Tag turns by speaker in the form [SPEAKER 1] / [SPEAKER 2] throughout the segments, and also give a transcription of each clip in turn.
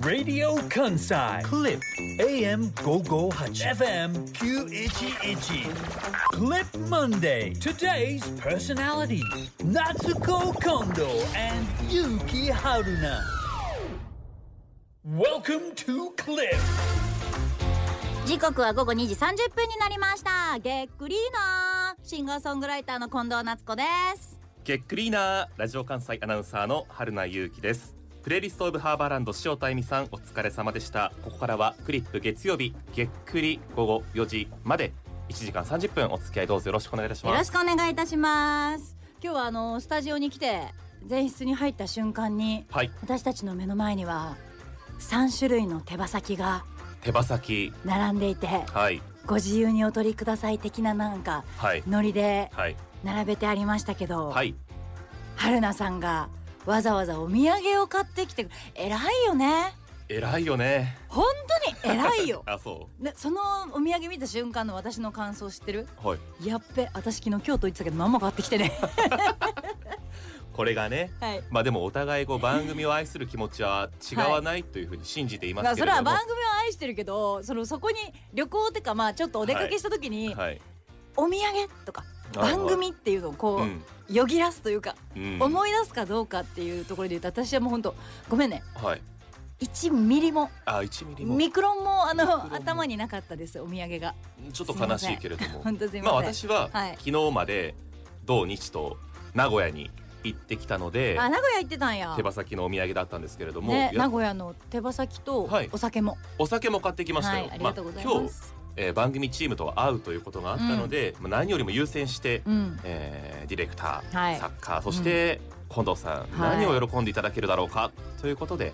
[SPEAKER 1] Radio Kansai Clip AM 558 FM E, 911 Clip Monday Today's personality Natsuko Kondo and Yuki Haruna Welcome to Clip
[SPEAKER 2] 時刻は午後2時30分になりましたげっくりーなーシンガーソングライターの近藤夏子です
[SPEAKER 3] げっくりーなーラジオ関西アナウンサーの春名優輝ですプレイリストオブハーバーランド塩田恵美さんお疲れ様でしたここからはクリップ月曜日げっくり午後4時まで1時間30分お付き合いどうぞよろしくお願いいたし
[SPEAKER 2] よ
[SPEAKER 3] ま
[SPEAKER 2] ろし
[SPEAKER 3] す
[SPEAKER 2] くお願いいたします今日はあのスタジオに来て前室に入った瞬間に
[SPEAKER 3] はい
[SPEAKER 2] 私たちの目の前には3種類の手羽先が
[SPEAKER 3] 手羽先
[SPEAKER 2] 並んでいて
[SPEAKER 3] はい
[SPEAKER 2] ご自由にお取りください的ななんか
[SPEAKER 3] はい
[SPEAKER 2] ノリで
[SPEAKER 3] はい
[SPEAKER 2] 並べてありましたけど、
[SPEAKER 3] はい
[SPEAKER 2] 春菜さんがわざわざお土産を買ってきて偉いよね
[SPEAKER 3] 偉いよね
[SPEAKER 2] 本当に偉いよ
[SPEAKER 3] あそ
[SPEAKER 2] ね、そのお土産見た瞬間の私の感想知ってる
[SPEAKER 3] うはい
[SPEAKER 2] やっべ私昨日京都行ってたけど何も買ってきてね
[SPEAKER 3] これがね
[SPEAKER 2] はい
[SPEAKER 3] まあでもお互いこう番組を愛する気持ちは違わないというふうに信じてい ま
[SPEAKER 2] まあ
[SPEAKER 3] すけ
[SPEAKER 2] そ
[SPEAKER 3] れ
[SPEAKER 2] れは
[SPEAKER 3] ども、
[SPEAKER 2] 番組を愛してるけどそのそこに旅行ってかまあちょっとお出かけした時に、
[SPEAKER 3] はい
[SPEAKER 2] お土産とか番組っていうのを
[SPEAKER 3] う
[SPEAKER 2] こ
[SPEAKER 3] ん
[SPEAKER 2] うよぎらすというか、
[SPEAKER 3] うん
[SPEAKER 2] 思い出すかどうかっていうところで言うと私はもう本当ごめんね
[SPEAKER 3] はい
[SPEAKER 2] 1ミリも
[SPEAKER 3] あ1ミリも
[SPEAKER 2] ミクロンもあ
[SPEAKER 3] ミクロン
[SPEAKER 2] の
[SPEAKER 3] も
[SPEAKER 2] 頭になかったですお土産が
[SPEAKER 3] ちょっと悲しいけれども
[SPEAKER 2] 本当すい
[SPEAKER 3] まあ
[SPEAKER 2] ません、
[SPEAKER 3] 私は
[SPEAKER 2] はい
[SPEAKER 3] 昨日まで同日と名古屋に行ってきたので、
[SPEAKER 2] あ名古屋行ってたんや
[SPEAKER 3] 手羽先のお土産だったんですけれども、
[SPEAKER 2] ね
[SPEAKER 3] いや
[SPEAKER 2] 名古屋の手羽先と
[SPEAKER 3] はい
[SPEAKER 2] お酒も、
[SPEAKER 3] お酒も買ってきましたよ、
[SPEAKER 2] はい、ありがとうござい
[SPEAKER 3] 今
[SPEAKER 2] ま
[SPEAKER 3] 日、
[SPEAKER 2] す。
[SPEAKER 3] えー番組チームと会うということがあったので、まあ何よりも優先して、
[SPEAKER 2] うん、
[SPEAKER 3] えーディレクター、
[SPEAKER 2] はい
[SPEAKER 3] 作家そして近藤さん、
[SPEAKER 2] はい
[SPEAKER 3] 何を喜んでいただけるだろうかということで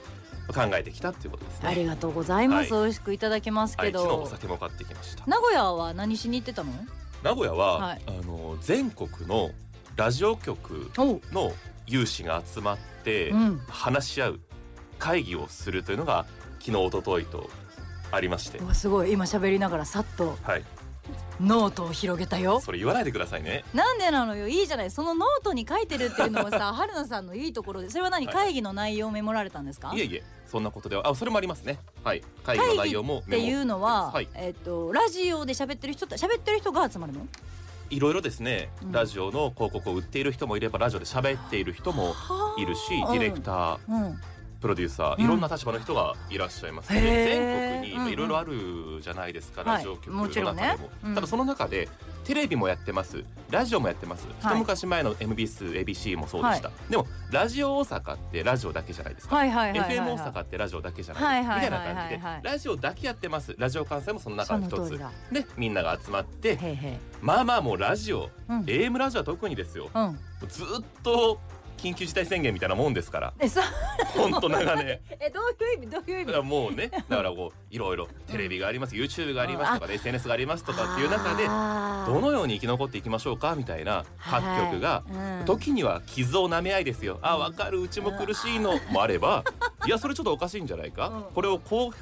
[SPEAKER 3] 考えてきたということですね
[SPEAKER 2] ありがとうございます。
[SPEAKER 3] は
[SPEAKER 2] 美味しくいただきます
[SPEAKER 3] は
[SPEAKER 2] け
[SPEAKER 3] い昨日お
[SPEAKER 2] ど。
[SPEAKER 3] 酒も買ってきました
[SPEAKER 2] 名古屋は何しに行ってたの？
[SPEAKER 3] 名古屋は、
[SPEAKER 2] はい
[SPEAKER 3] あの全国のラジオ局
[SPEAKER 2] お、
[SPEAKER 3] の有志が集まって、
[SPEAKER 2] うん。
[SPEAKER 3] 話し合う会議をするというのが昨日一昨日とありまして
[SPEAKER 2] うわすごい今喋りながらさっと
[SPEAKER 3] はい
[SPEAKER 2] ノートを広げたよ。
[SPEAKER 3] それ言わないでくださいね
[SPEAKER 2] なんでなのよいいじゃないそのノートに書いてるっていうのはさ 春菜さんのいいところでそれは何
[SPEAKER 3] はい
[SPEAKER 2] 会議の内容をメモられたんですか
[SPEAKER 3] いえいえそんなことではあそれもありますねはい会議の内容も
[SPEAKER 2] っ
[SPEAKER 3] メ
[SPEAKER 2] て
[SPEAKER 3] モ
[SPEAKER 2] いうのは、
[SPEAKER 3] はい
[SPEAKER 2] えっとラジオで喋ってる人と喋ってる人が集まるの？
[SPEAKER 3] いろいろですね、
[SPEAKER 2] うん
[SPEAKER 3] ラジオの広告を売っている人もいればラジオで喋っている人もいるしディレクタ
[SPEAKER 2] ー。
[SPEAKER 3] ー
[SPEAKER 2] うん。
[SPEAKER 3] プロデューサー
[SPEAKER 2] うん
[SPEAKER 3] いろんな立場の人がいらっしゃいますので、
[SPEAKER 2] へー
[SPEAKER 3] 全国にま
[SPEAKER 2] うんう
[SPEAKER 3] あ
[SPEAKER 2] ん
[SPEAKER 3] いろいろあるじゃないですか、
[SPEAKER 2] はい
[SPEAKER 3] ラジオ局の
[SPEAKER 2] もち
[SPEAKER 3] 中で
[SPEAKER 2] ろ
[SPEAKER 3] も
[SPEAKER 2] んねうん
[SPEAKER 3] ただその中でテレビもやってますラジオもやってます、
[SPEAKER 2] はい
[SPEAKER 3] 一昔前の MBSABC もそうでした、でもラジオ大阪ってラジオだけじゃないですか、
[SPEAKER 2] はいはいはいはい、はい。
[SPEAKER 3] FM 大阪ってラジオだけじゃないですか、
[SPEAKER 2] はいはい
[SPEAKER 3] みたいな感じで、
[SPEAKER 2] はいはい
[SPEAKER 3] ラジオだけやってますラジオ関西もその中
[SPEAKER 2] そ
[SPEAKER 3] の
[SPEAKER 2] の
[SPEAKER 3] 一
[SPEAKER 2] 通り
[SPEAKER 3] つ
[SPEAKER 2] だ。
[SPEAKER 3] でみんなが集まって
[SPEAKER 2] へいへい。
[SPEAKER 3] まあまあもうラジオ
[SPEAKER 2] うん。
[SPEAKER 3] AM ラジオは特にですよ
[SPEAKER 2] うん。
[SPEAKER 3] ずっと緊急事態宣言みたいなもんですから
[SPEAKER 2] えそう
[SPEAKER 3] ほんと長年。
[SPEAKER 2] えどういう意味どういう意
[SPEAKER 3] だ
[SPEAKER 2] 味
[SPEAKER 3] からもうねだからこういろいろテレビがあります YouTube がありますとかね SNS がありますとかっていう中でど
[SPEAKER 2] ど
[SPEAKER 3] のように生き残っていきましょうかみたいな各局が、時には傷を舐め合いですよあわかるうちも苦しいのもあればいやそれちょっとおかしいんじゃないか
[SPEAKER 2] うん
[SPEAKER 3] これをこう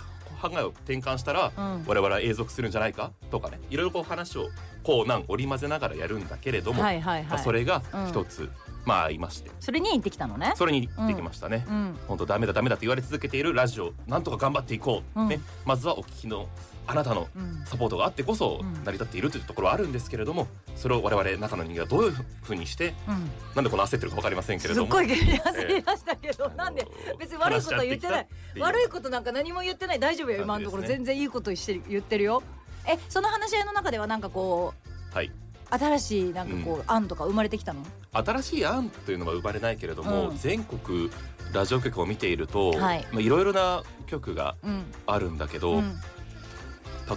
[SPEAKER 3] 考えを転換したら
[SPEAKER 2] うんうん
[SPEAKER 3] 我々は永続するんじゃないかとかねいろいろこう話をこうなん織り交ぜながらやるんだけれども、
[SPEAKER 2] はいはい
[SPEAKER 3] ま
[SPEAKER 2] は
[SPEAKER 3] あ、
[SPEAKER 2] い
[SPEAKER 3] それが
[SPEAKER 2] うん
[SPEAKER 3] 一つ、まあありまして
[SPEAKER 2] それに行ってきたのね
[SPEAKER 3] それにできましたね。
[SPEAKER 2] うん
[SPEAKER 3] 本当ダメだダメだと言われ続けているラジオなんとか頑張っていこう、
[SPEAKER 2] うん
[SPEAKER 3] ね、まずはお聞きのあなたの
[SPEAKER 2] うん
[SPEAKER 3] サポートがあってこそ
[SPEAKER 2] うん
[SPEAKER 3] 成り立っているというところはあるんですけれどもそれを我々中の人間がどういうふうにして
[SPEAKER 2] うん
[SPEAKER 3] なんでこの焦ってるか分かりませんけれ
[SPEAKER 2] す
[SPEAKER 3] ど
[SPEAKER 2] っ
[SPEAKER 3] も
[SPEAKER 2] ごい急に焦り出したけどなんで
[SPEAKER 3] あの
[SPEAKER 2] 別に悪いことは言ってない
[SPEAKER 3] 話し合きたっ
[SPEAKER 2] 悪
[SPEAKER 3] い
[SPEAKER 2] いことなんか何も言ってない大丈夫よ今のところ
[SPEAKER 3] 感じです
[SPEAKER 2] 全然いいことしてる言ってるよえその話し合いの中ではなんかこ
[SPEAKER 3] うはい、
[SPEAKER 2] う新しいなんかこう案とか生まれてきたの
[SPEAKER 3] 新しい案というのは生まれないけれども、
[SPEAKER 2] うん
[SPEAKER 3] 全国ラジオ局を見ていると、
[SPEAKER 2] はい
[SPEAKER 3] まあ、いろいろな局が
[SPEAKER 2] うん
[SPEAKER 3] あるんだけど、
[SPEAKER 2] うん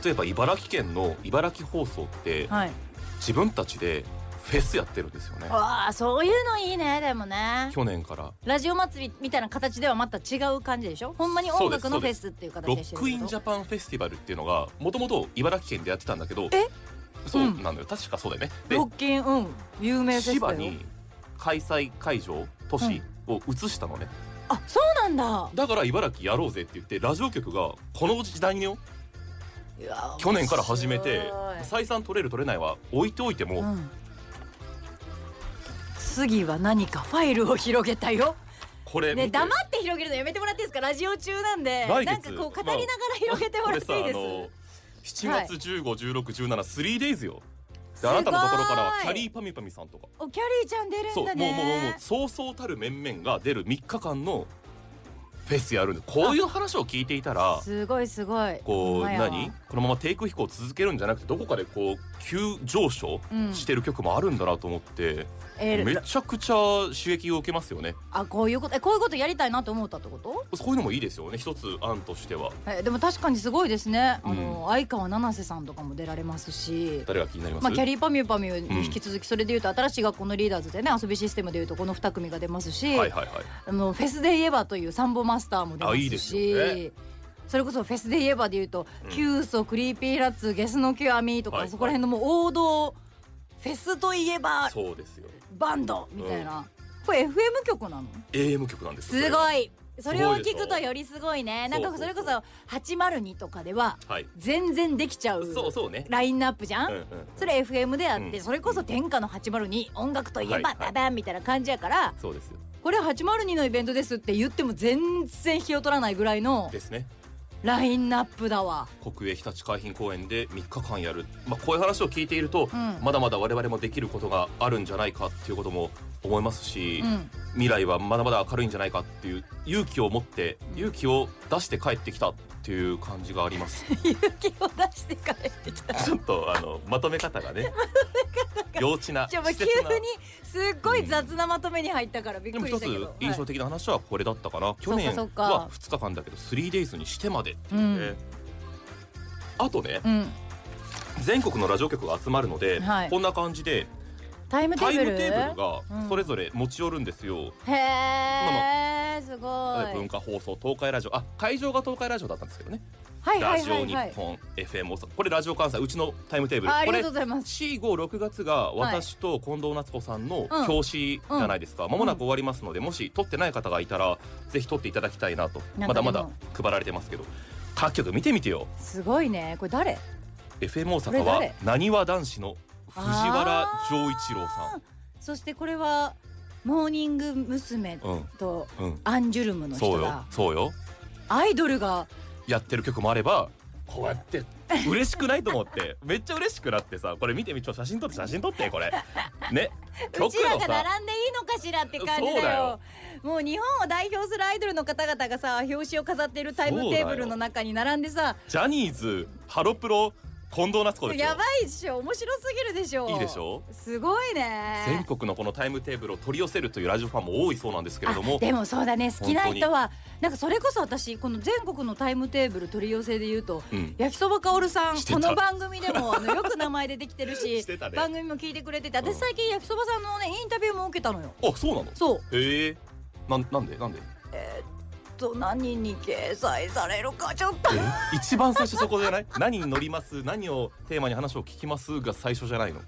[SPEAKER 3] 例えば茨城県の茨城放送って
[SPEAKER 2] はい
[SPEAKER 3] 自分たちでフェスやってるんですよね。
[SPEAKER 2] わあそういうのいいねでもね
[SPEAKER 3] 去年から
[SPEAKER 2] ラジオ祭りみたいな形ではまた違う感じでしょほんまに音楽の
[SPEAKER 3] そう
[SPEAKER 2] フェ
[SPEAKER 3] で
[SPEAKER 2] スっていう
[SPEAKER 3] ロ
[SPEAKER 2] 形でして
[SPEAKER 3] ッ
[SPEAKER 2] る
[SPEAKER 3] クインジャパンフェスティバルっていうのがもともと茨城県でやってたんだけど
[SPEAKER 2] え
[SPEAKER 3] そう
[SPEAKER 2] うん
[SPEAKER 3] なのよ、確かそうだよね
[SPEAKER 2] ロッキンうん有名
[SPEAKER 3] で
[SPEAKER 2] フェス
[SPEAKER 3] 千葉
[SPEAKER 2] だよ
[SPEAKER 3] に開催会場都市を移したのね、
[SPEAKER 2] あそうなんだ
[SPEAKER 3] だから茨城やろうぜって言ってラジオ局がこの時代によ
[SPEAKER 2] いや
[SPEAKER 3] 去年から始めて
[SPEAKER 2] 面白
[SPEAKER 3] 採算取れる取れないは置いておいても、
[SPEAKER 2] いうん次は何かファイルを広げたよ
[SPEAKER 3] これ見
[SPEAKER 2] ね
[SPEAKER 3] て
[SPEAKER 2] 黙って広げるのやめてもらっていいですかラジオ中なんで
[SPEAKER 3] 来月
[SPEAKER 2] なんかこう語りながら広げてもらっていいです、
[SPEAKER 3] これさあの7月15、16、17、3 days よ。で
[SPEAKER 2] ご
[SPEAKER 3] あ
[SPEAKER 2] い
[SPEAKER 3] なたのところからはキャリーパミュパミュさんとか、
[SPEAKER 2] おキャリーちゃん出る
[SPEAKER 3] そ
[SPEAKER 2] ん
[SPEAKER 3] うも
[SPEAKER 2] だ
[SPEAKER 3] うもう
[SPEAKER 2] ね
[SPEAKER 3] もうもうそうそうたる面々が出る3日間のフェスやるんで、こういう話を聞いていたら。
[SPEAKER 2] すごいすごいほん
[SPEAKER 3] こう
[SPEAKER 2] まやわ
[SPEAKER 3] 何このまま低空飛行を続けるんじゃなくてどこかでこう急上昇
[SPEAKER 2] うん
[SPEAKER 3] してる曲もあるんだなと思って、
[SPEAKER 2] え
[SPEAKER 3] め
[SPEAKER 2] ー、
[SPEAKER 3] ちゃくちゃ刺激を受けますよね
[SPEAKER 2] あこういうことえこういうことやりたいなと思ったってこと
[SPEAKER 3] そういうのもいいですよね一つ案としては
[SPEAKER 2] えでも確かにすごいですね、
[SPEAKER 3] うん
[SPEAKER 2] あの相川七瀬さんとかも出られますし
[SPEAKER 3] 誰が気になります、
[SPEAKER 2] まあ、キャリーパミュパミュに引き続きそれでいうと新しい学校のリーダーズでね遊びシステムでいうとこの2組が出ますし、
[SPEAKER 3] はいはいはい
[SPEAKER 2] あのフェスで言えばというサンボマスターも出ま
[SPEAKER 3] あいい
[SPEAKER 2] す
[SPEAKER 3] で
[SPEAKER 2] し
[SPEAKER 3] すよね
[SPEAKER 2] それこそフェスで言えばで言うと「
[SPEAKER 3] うん
[SPEAKER 2] キューソクリーピーラッツゲスの極み」とか、
[SPEAKER 3] はい
[SPEAKER 2] そこら辺のもう王道フェスといえば
[SPEAKER 3] そうですよ
[SPEAKER 2] バンドみたいな、これ FM 曲なの
[SPEAKER 3] AM 曲なんですよ
[SPEAKER 2] す
[SPEAKER 3] こ
[SPEAKER 2] ごいそれを聞くと
[SPEAKER 3] すごいでしょ
[SPEAKER 2] よりすごいねなんかそれこ
[SPEAKER 3] そうそ
[SPEAKER 2] そ802とかでは
[SPEAKER 3] れはい
[SPEAKER 2] 全然できちゃう
[SPEAKER 3] そうそうね
[SPEAKER 2] ラインナップじゃん、
[SPEAKER 3] うんうん
[SPEAKER 2] それ FM であって、
[SPEAKER 3] うん
[SPEAKER 2] それこそ天下の802音楽といえ
[SPEAKER 3] は
[SPEAKER 2] ば
[SPEAKER 3] いは
[SPEAKER 2] ダ
[SPEAKER 3] い
[SPEAKER 2] ダンみたいな感じやから、
[SPEAKER 3] そうですよ
[SPEAKER 2] これ802のイベントですって言っても全然引きを取らないぐらいの
[SPEAKER 3] ですね
[SPEAKER 2] ラインナップだわ
[SPEAKER 3] 国営ひたち海浜公園で3日間やる、まあ、こういう話を聞いていると、
[SPEAKER 2] うん
[SPEAKER 3] まだまだ我々もできることがあるんじゃないかっていうことも思いますし、
[SPEAKER 2] うん
[SPEAKER 3] 未来はまだまだ明るいんじゃないかっていう勇気を持って
[SPEAKER 2] うん
[SPEAKER 3] 勇気を出して帰ってきたっていう感じがあ ります
[SPEAKER 2] 勇気を出して帰ってきた
[SPEAKER 3] ちょっとあのまとめ方がね幼稚な
[SPEAKER 2] じゃあもう急
[SPEAKER 3] 稚
[SPEAKER 2] に
[SPEAKER 3] 拙な
[SPEAKER 2] すっごい雑なまとめに入ったからびっ
[SPEAKER 3] でも
[SPEAKER 2] くり
[SPEAKER 3] 一
[SPEAKER 2] し
[SPEAKER 3] つ
[SPEAKER 2] たけど
[SPEAKER 3] 印象
[SPEAKER 2] はい
[SPEAKER 3] 的な話はこれだったかな、去
[SPEAKER 2] うか
[SPEAKER 3] 年
[SPEAKER 2] そうか
[SPEAKER 3] は2日間だけど 3days にしてまでっていうね、あとね
[SPEAKER 2] うん
[SPEAKER 3] 全国のラジオ局が集まるので、
[SPEAKER 2] はい
[SPEAKER 3] こんな感じで
[SPEAKER 2] タイムテ
[SPEAKER 3] タイ
[SPEAKER 2] ーブル
[SPEAKER 3] ムテーブルが
[SPEAKER 2] うん
[SPEAKER 3] それぞれ持ち寄るんですよ、
[SPEAKER 2] へえすご
[SPEAKER 3] 文
[SPEAKER 2] い
[SPEAKER 3] 化放送東海ラジオあ会場が東海ラジオだったんですけどね、
[SPEAKER 2] はいはいは
[SPEAKER 3] ラ
[SPEAKER 2] い
[SPEAKER 3] ジ
[SPEAKER 2] は
[SPEAKER 3] オ
[SPEAKER 2] い
[SPEAKER 3] 日本 FM 大阪これラジオ関西うちのタイムテーブル
[SPEAKER 2] ああり
[SPEAKER 3] こ
[SPEAKER 2] が
[SPEAKER 3] れ
[SPEAKER 2] とうございます
[SPEAKER 3] 456月が私と近藤夏子さん
[SPEAKER 2] う
[SPEAKER 3] の
[SPEAKER 2] ん
[SPEAKER 3] 表紙じゃないですか、まもなく終わりますのでもし撮ってない方がいたらぜひ撮っていただきたいなと
[SPEAKER 2] なん
[SPEAKER 3] ま
[SPEAKER 2] か
[SPEAKER 3] だ
[SPEAKER 2] でも
[SPEAKER 3] まだ配られてますけど各局見てみてよ
[SPEAKER 2] すごいねこれ誰
[SPEAKER 3] FM 大
[SPEAKER 2] こ
[SPEAKER 3] 阪
[SPEAKER 2] れ
[SPEAKER 3] は
[SPEAKER 2] 誰
[SPEAKER 3] なにわ男子の藤原丈一郎さ
[SPEAKER 2] そしてこれはモーニング娘。
[SPEAKER 3] んうん
[SPEAKER 2] と
[SPEAKER 3] うん
[SPEAKER 2] アンジュルムの
[SPEAKER 3] そ
[SPEAKER 2] 人
[SPEAKER 3] うよ
[SPEAKER 2] だ
[SPEAKER 3] そうよ
[SPEAKER 2] アイドルが
[SPEAKER 3] やってる曲もあればこうやって嬉しくないと思って めっちゃ嬉しくなってさこれ見てみちょ写真撮って写真撮ってこれ ね
[SPEAKER 2] う
[SPEAKER 3] 曲
[SPEAKER 2] ちら
[SPEAKER 3] の
[SPEAKER 2] が
[SPEAKER 3] さ
[SPEAKER 2] 並んでいいのかしらって感じ
[SPEAKER 3] そうだ
[SPEAKER 2] だ
[SPEAKER 3] よ
[SPEAKER 2] よもう日本を代表するアイドルの方々がさ表紙を飾っているタイムテーブルの中に並んでさ
[SPEAKER 3] ジャニーズハロプロ近藤夏子ですよ
[SPEAKER 2] やばいっしょ面白すぎるでしょ
[SPEAKER 3] いいでしょ
[SPEAKER 2] すごい
[SPEAKER 3] 全
[SPEAKER 2] ね
[SPEAKER 3] 国のこのタイムテーブルを取り寄せるというラジオファンも多いそうなんですけれど
[SPEAKER 2] あ
[SPEAKER 3] も
[SPEAKER 2] でもそうだね好きな
[SPEAKER 3] 本当に
[SPEAKER 2] 人はなんかそれこそ私この全国のタイムテーブル取り寄せで言うと
[SPEAKER 3] うん
[SPEAKER 2] 焼きそばかおるさん
[SPEAKER 3] して
[SPEAKER 2] こ
[SPEAKER 3] た
[SPEAKER 2] の番組でもあ のよく名前でできてるし
[SPEAKER 3] してたね
[SPEAKER 2] 番組も聞いてくれてて
[SPEAKER 3] うん
[SPEAKER 2] 私最近焼きそばさんのねインタビューも受けたのよ
[SPEAKER 3] あそうなの
[SPEAKER 2] そう
[SPEAKER 3] へえなんなんでなんで
[SPEAKER 2] と何に掲載されるかちょっと
[SPEAKER 3] 一番最初そこじゃない 何に乗ります何をテーマに話を聞きますが最初じゃないの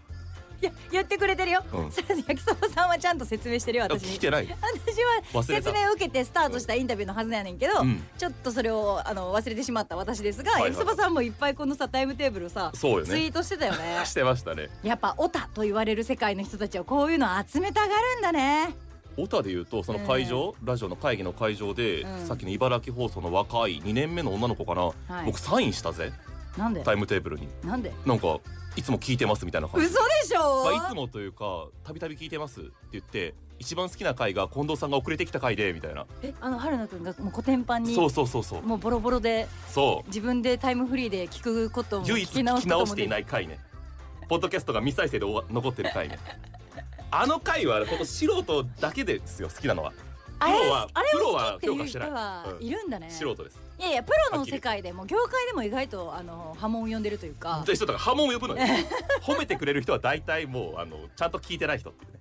[SPEAKER 2] いや言ってくれてるよ、
[SPEAKER 3] うん
[SPEAKER 2] それで焼きそばさんはちゃんと説明してるよ
[SPEAKER 3] あ
[SPEAKER 2] 私
[SPEAKER 3] 聞い
[SPEAKER 2] に
[SPEAKER 3] てない
[SPEAKER 2] 私は
[SPEAKER 3] 忘れ
[SPEAKER 2] 説
[SPEAKER 3] た
[SPEAKER 2] 明を受けてスタートしたインタビューのはずやねんけど、
[SPEAKER 3] うん
[SPEAKER 2] ちょっとそれをあの忘れてしまった私ですが、
[SPEAKER 3] はいはい
[SPEAKER 2] 焼きそばさんもいっぱいこのさタイムテーブルをさ、
[SPEAKER 3] そうよ
[SPEAKER 2] ツイ
[SPEAKER 3] ね
[SPEAKER 2] ートしてたよ ね
[SPEAKER 3] してましたね
[SPEAKER 2] やっぱオタと言われる世界の人たちはこういうの集めたがるんだね
[SPEAKER 3] 小田でいうとその会場、ラジオの会議の会場で、
[SPEAKER 2] うん
[SPEAKER 3] さっきの茨城放送の若い2年目の女の子かな、
[SPEAKER 2] はい
[SPEAKER 3] 僕サインしたぜ
[SPEAKER 2] なんで
[SPEAKER 3] タイムテーブルに
[SPEAKER 2] なんで
[SPEAKER 3] なんかいつも聞いてますみたいな感
[SPEAKER 2] 嘘
[SPEAKER 3] じ
[SPEAKER 2] でしょ、
[SPEAKER 3] まあ、いつもというかたびたび聞いてますって言って一番好きな回が近藤さんが遅れてきた回でみたいな
[SPEAKER 2] えあの春菜くんがもうコテンパンに
[SPEAKER 3] そうそうそうそう
[SPEAKER 2] もうボロボロで
[SPEAKER 3] そ
[SPEAKER 2] 自分でタイムフリーで聞くこと
[SPEAKER 3] う
[SPEAKER 2] も
[SPEAKER 3] 唯
[SPEAKER 2] 聞
[SPEAKER 3] 一
[SPEAKER 2] き
[SPEAKER 3] 聞
[SPEAKER 2] 直
[SPEAKER 3] き
[SPEAKER 2] すこと
[SPEAKER 3] 直
[SPEAKER 2] も
[SPEAKER 3] していない回ねポッドキャストが未再生で終わ残ってる 回ねあの回はこの素人だけですよ好きなのは
[SPEAKER 2] あれ
[SPEAKER 3] プロは
[SPEAKER 2] あれ
[SPEAKER 3] プロ
[SPEAKER 2] を
[SPEAKER 3] は
[SPEAKER 2] 好きって
[SPEAKER 3] 評
[SPEAKER 2] いう
[SPEAKER 3] 価して
[SPEAKER 2] 人
[SPEAKER 3] ないうん
[SPEAKER 2] はいるんだね、
[SPEAKER 3] 素人です
[SPEAKER 2] いやいやプロの世界でも業界でも意外とあの波紋を呼んでるというか
[SPEAKER 3] という人とか波紋を呼ぶのに褒めてくれる人は大体もうあのちゃんと聞いてない人っていうね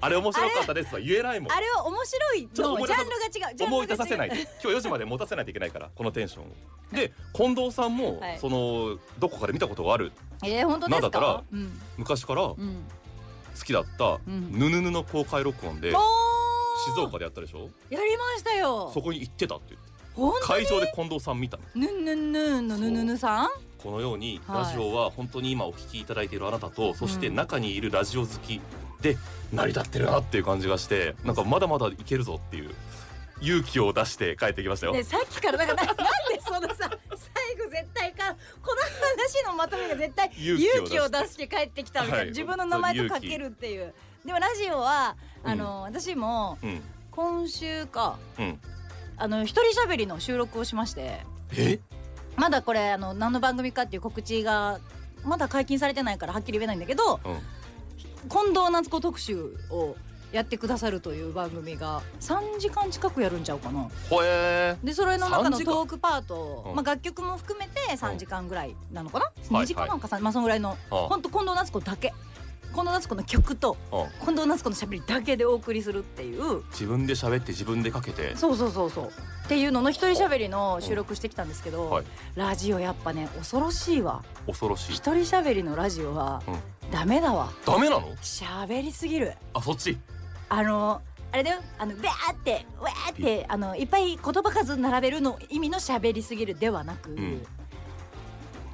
[SPEAKER 3] あれ面白かったですは言えないもん
[SPEAKER 2] あれは面白い
[SPEAKER 3] ちょっと
[SPEAKER 2] の
[SPEAKER 3] 思
[SPEAKER 2] も
[SPEAKER 3] い
[SPEAKER 2] ジ
[SPEAKER 3] 出
[SPEAKER 2] ャ
[SPEAKER 3] さ
[SPEAKER 2] ンルが違うジャンルが違う
[SPEAKER 3] 思い出させないで今日4時まで持たせないといけないからこのテンションをで近藤さんも、
[SPEAKER 2] はい
[SPEAKER 3] そのどこかで見たことがある
[SPEAKER 2] えー、本当ですか
[SPEAKER 3] なんだったら
[SPEAKER 2] うん
[SPEAKER 3] 昔から好
[SPEAKER 2] うん
[SPEAKER 3] きだった
[SPEAKER 2] うん
[SPEAKER 3] ヌヌヌの公開録音で
[SPEAKER 2] おー
[SPEAKER 3] 静岡でやったでしょ
[SPEAKER 2] やりましたよ
[SPEAKER 3] そこに行ってたっていう
[SPEAKER 2] ほん
[SPEAKER 3] 会場で近藤さん見たの
[SPEAKER 2] ぬんぬんぬんのぬぬぬさん
[SPEAKER 3] このように
[SPEAKER 2] はい
[SPEAKER 3] ラジオは本当に今お聞きいただいているあなたと、そして
[SPEAKER 2] うん
[SPEAKER 3] 中にいるラジオ好きで成り立ってるなっていう感じがしてなんかまだまだいけるぞっていう勇気を出して帰ってきましたよ、
[SPEAKER 2] ね、さっきからなんかななんでそのさ最後絶対かこの話のまとめが絶対
[SPEAKER 3] 勇気を
[SPEAKER 2] 勇気を出して帰ってきたみたいな、
[SPEAKER 3] はい
[SPEAKER 2] 自分の名前とかけるっていうでもラジオはあの、私も
[SPEAKER 3] うん
[SPEAKER 2] 今週か
[SPEAKER 3] うん
[SPEAKER 2] あの一人喋りの収録をしまして
[SPEAKER 3] え
[SPEAKER 2] まだこれあの何の番組かっていう告知がまだ解禁されてないからはっきり言えないんだけど
[SPEAKER 3] うん
[SPEAKER 2] 近藤夏子特集をやってくださるという番組が3時間近くやるんちゃうかな
[SPEAKER 3] ほえ
[SPEAKER 2] でそれの中
[SPEAKER 3] 3
[SPEAKER 2] の
[SPEAKER 3] 時間
[SPEAKER 2] トークパートを、
[SPEAKER 3] うん
[SPEAKER 2] まあ、楽曲も含めて3時間ぐらいなのかな、
[SPEAKER 3] はい
[SPEAKER 2] 2時間なんかさ、まあ、そのぐらいの
[SPEAKER 3] ーあ
[SPEAKER 2] ほんと近藤夏子だけ近藤夏子の曲と
[SPEAKER 3] あ
[SPEAKER 2] 近藤夏子のしゃべりだけでお送りするっていう
[SPEAKER 3] 自分で喋って自分でかけて
[SPEAKER 2] そうそうそうそうっていうのの一人しゃべりの収録してきたんですけど、
[SPEAKER 3] はい
[SPEAKER 2] ラジオやっぱね恐ろしいわ
[SPEAKER 3] 恐ろしい
[SPEAKER 2] 一人しゃべりのラジオは
[SPEAKER 3] うん
[SPEAKER 2] ダメだわ
[SPEAKER 3] ダメなの
[SPEAKER 2] しゃべりすぎる
[SPEAKER 3] あそっち
[SPEAKER 2] あのあれだよあのベーってウェーってあのいっぱい言葉数並べるの意味のしゃべりすぎるではなく、
[SPEAKER 3] ん